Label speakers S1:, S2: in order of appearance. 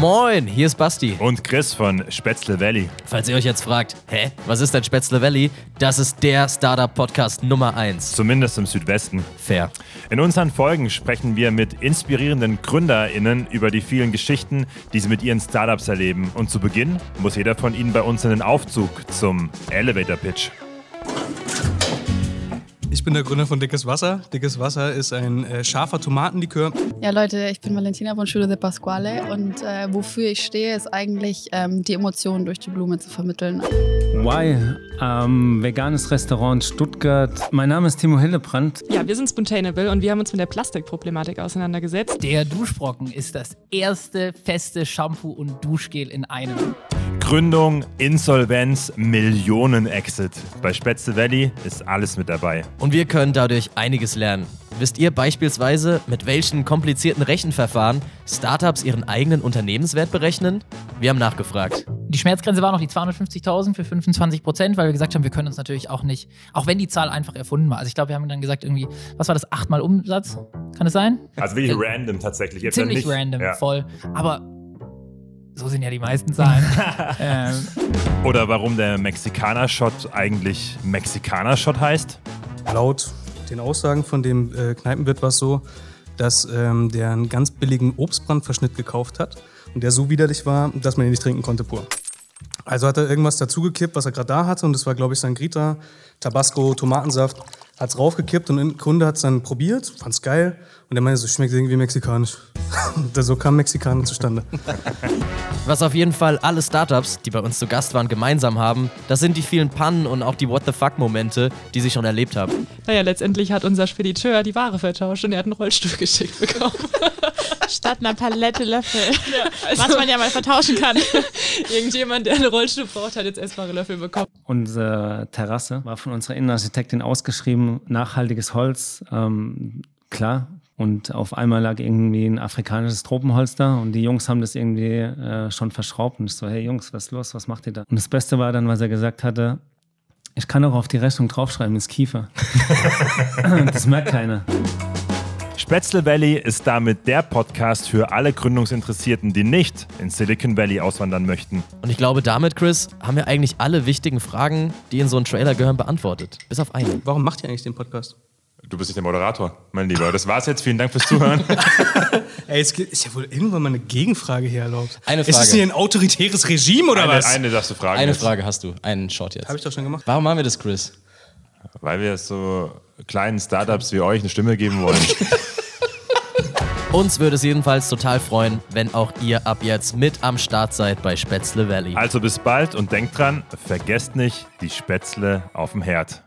S1: Moin, hier ist Basti.
S2: Und Chris von Spätzle Valley.
S1: Falls ihr euch jetzt fragt, hä, was ist denn Spätzle Valley? Das ist der Startup-Podcast Nummer 1.
S2: Zumindest im Südwesten.
S1: Fair.
S2: In unseren Folgen sprechen wir mit inspirierenden GründerInnen über die vielen Geschichten, die sie mit ihren Startups erleben. Und zu Beginn muss jeder von ihnen bei uns in den Aufzug zum Elevator Pitch.
S3: Ich bin der Gründer von Dickes Wasser. Dickes Wasser ist ein äh, scharfer Tomatenlikör.
S4: Ja, Leute, ich bin Valentina von Schule de Pasquale und äh, wofür ich stehe, ist eigentlich, ähm, die Emotionen durch die Blume zu vermitteln.
S5: Why? Ähm, veganes Restaurant Stuttgart. Mein Name ist Timo Hillebrand.
S6: Ja, wir sind Spontainable und wir haben uns mit der Plastikproblematik auseinandergesetzt.
S7: Der Duschbrocken ist das erste feste Shampoo und Duschgel in einem.
S2: Gründung, Insolvenz, Millionen-Exit. Bei Spätzle Valley ist alles mit dabei.
S1: Und wir können dadurch einiges lernen. Wisst ihr beispielsweise, mit welchen komplizierten Rechenverfahren Startups ihren eigenen Unternehmenswert berechnen? Wir haben nachgefragt.
S7: Die Schmerzgrenze war noch die 250.000 für 25 Prozent, weil wir gesagt haben, wir können uns natürlich auch nicht, auch wenn die Zahl einfach erfunden war. Also ich glaube, wir haben dann gesagt, irgendwie, was war das, achtmal Umsatz? Kann es sein?
S2: Also wirklich random tatsächlich. Jetzt
S7: Äh, Ziemlich
S2: nicht-
S7: random,
S2: Ja.
S7: voll. Aber so sind ja die meisten Zahlen. ähm,
S2: Oder warum der Mexikaner-Shot eigentlich Mexikaner-Shot heißt?
S3: Laut den Aussagen von dem äh, Kneipenwirt war es so, dass ähm, der einen ganz billigen Obstbrandverschnitt gekauft hat und der so widerlich war, dass man ihn nicht trinken konnte pur. Also hat er irgendwas dazugekippt, was er gerade da hatte und das war, glaube ich, Sangrita, Tabasco, Tomatensaft. Hat es raufgekippt und ein Kunde hat es dann probiert, fand es geil und er meinte, so schmeckt irgendwie mexikanisch. Und so kam Mexikaner zustande.
S1: Was auf jeden Fall alle Startups, die bei uns zu Gast waren, gemeinsam haben, das sind die vielen Pannen und auch die What the fuck-Momente, die sie schon erlebt haben.
S6: Naja, letztendlich hat unser Spediteur die Ware vertauscht und er hat einen Rollstuhl geschickt bekommen.
S8: Statt einer Palette Löffel.
S6: Also
S8: Was man ja mal vertauschen kann.
S6: irgendjemand, der einen Rollstuhl braucht, hat jetzt essbare Löffel bekommen.
S5: Unsere Terrasse war von unserer Innenarchitektin ausgeschrieben. Nachhaltiges Holz, ähm, klar. Und auf einmal lag irgendwie ein afrikanisches Tropenholz da und die Jungs haben das irgendwie äh, schon verschraubt. Und ich so, hey Jungs, was ist los? Was macht ihr da? Und das Beste war dann, was er gesagt hatte, ich kann auch auf die Rechnung draufschreiben, ist Kiefer. das merkt keiner.
S2: Spätzle Valley ist damit der Podcast für alle Gründungsinteressierten, die nicht ins Silicon Valley auswandern möchten.
S1: Und ich glaube, damit, Chris, haben wir eigentlich alle wichtigen Fragen, die in so einen Trailer gehören, beantwortet. Bis auf eine.
S3: Warum macht ihr eigentlich den Podcast?
S2: Du bist nicht der Moderator, mein Lieber. Das war's jetzt. Vielen Dank fürs Zuhören.
S3: Ey, es gibt- ist ja wohl irgendwann mal eine Gegenfrage hier erlaubt.
S1: Eine
S3: Ist
S1: Frage.
S3: das hier ein autoritäres Regime oder
S2: eine,
S3: was?
S2: eine darfst du fragen.
S1: Eine
S2: jetzt.
S1: Frage hast du, einen Shot jetzt.
S3: Hab ich doch schon gemacht.
S1: Warum machen wir das, Chris?
S2: Weil wir so kleinen Startups wie euch eine Stimme geben wollen.
S1: Uns würde es jedenfalls total freuen, wenn auch ihr ab jetzt mit am Start seid bei Spätzle Valley.
S2: also bis bald und denkt dran, vergesst nicht die Spätzle auf dem Herd.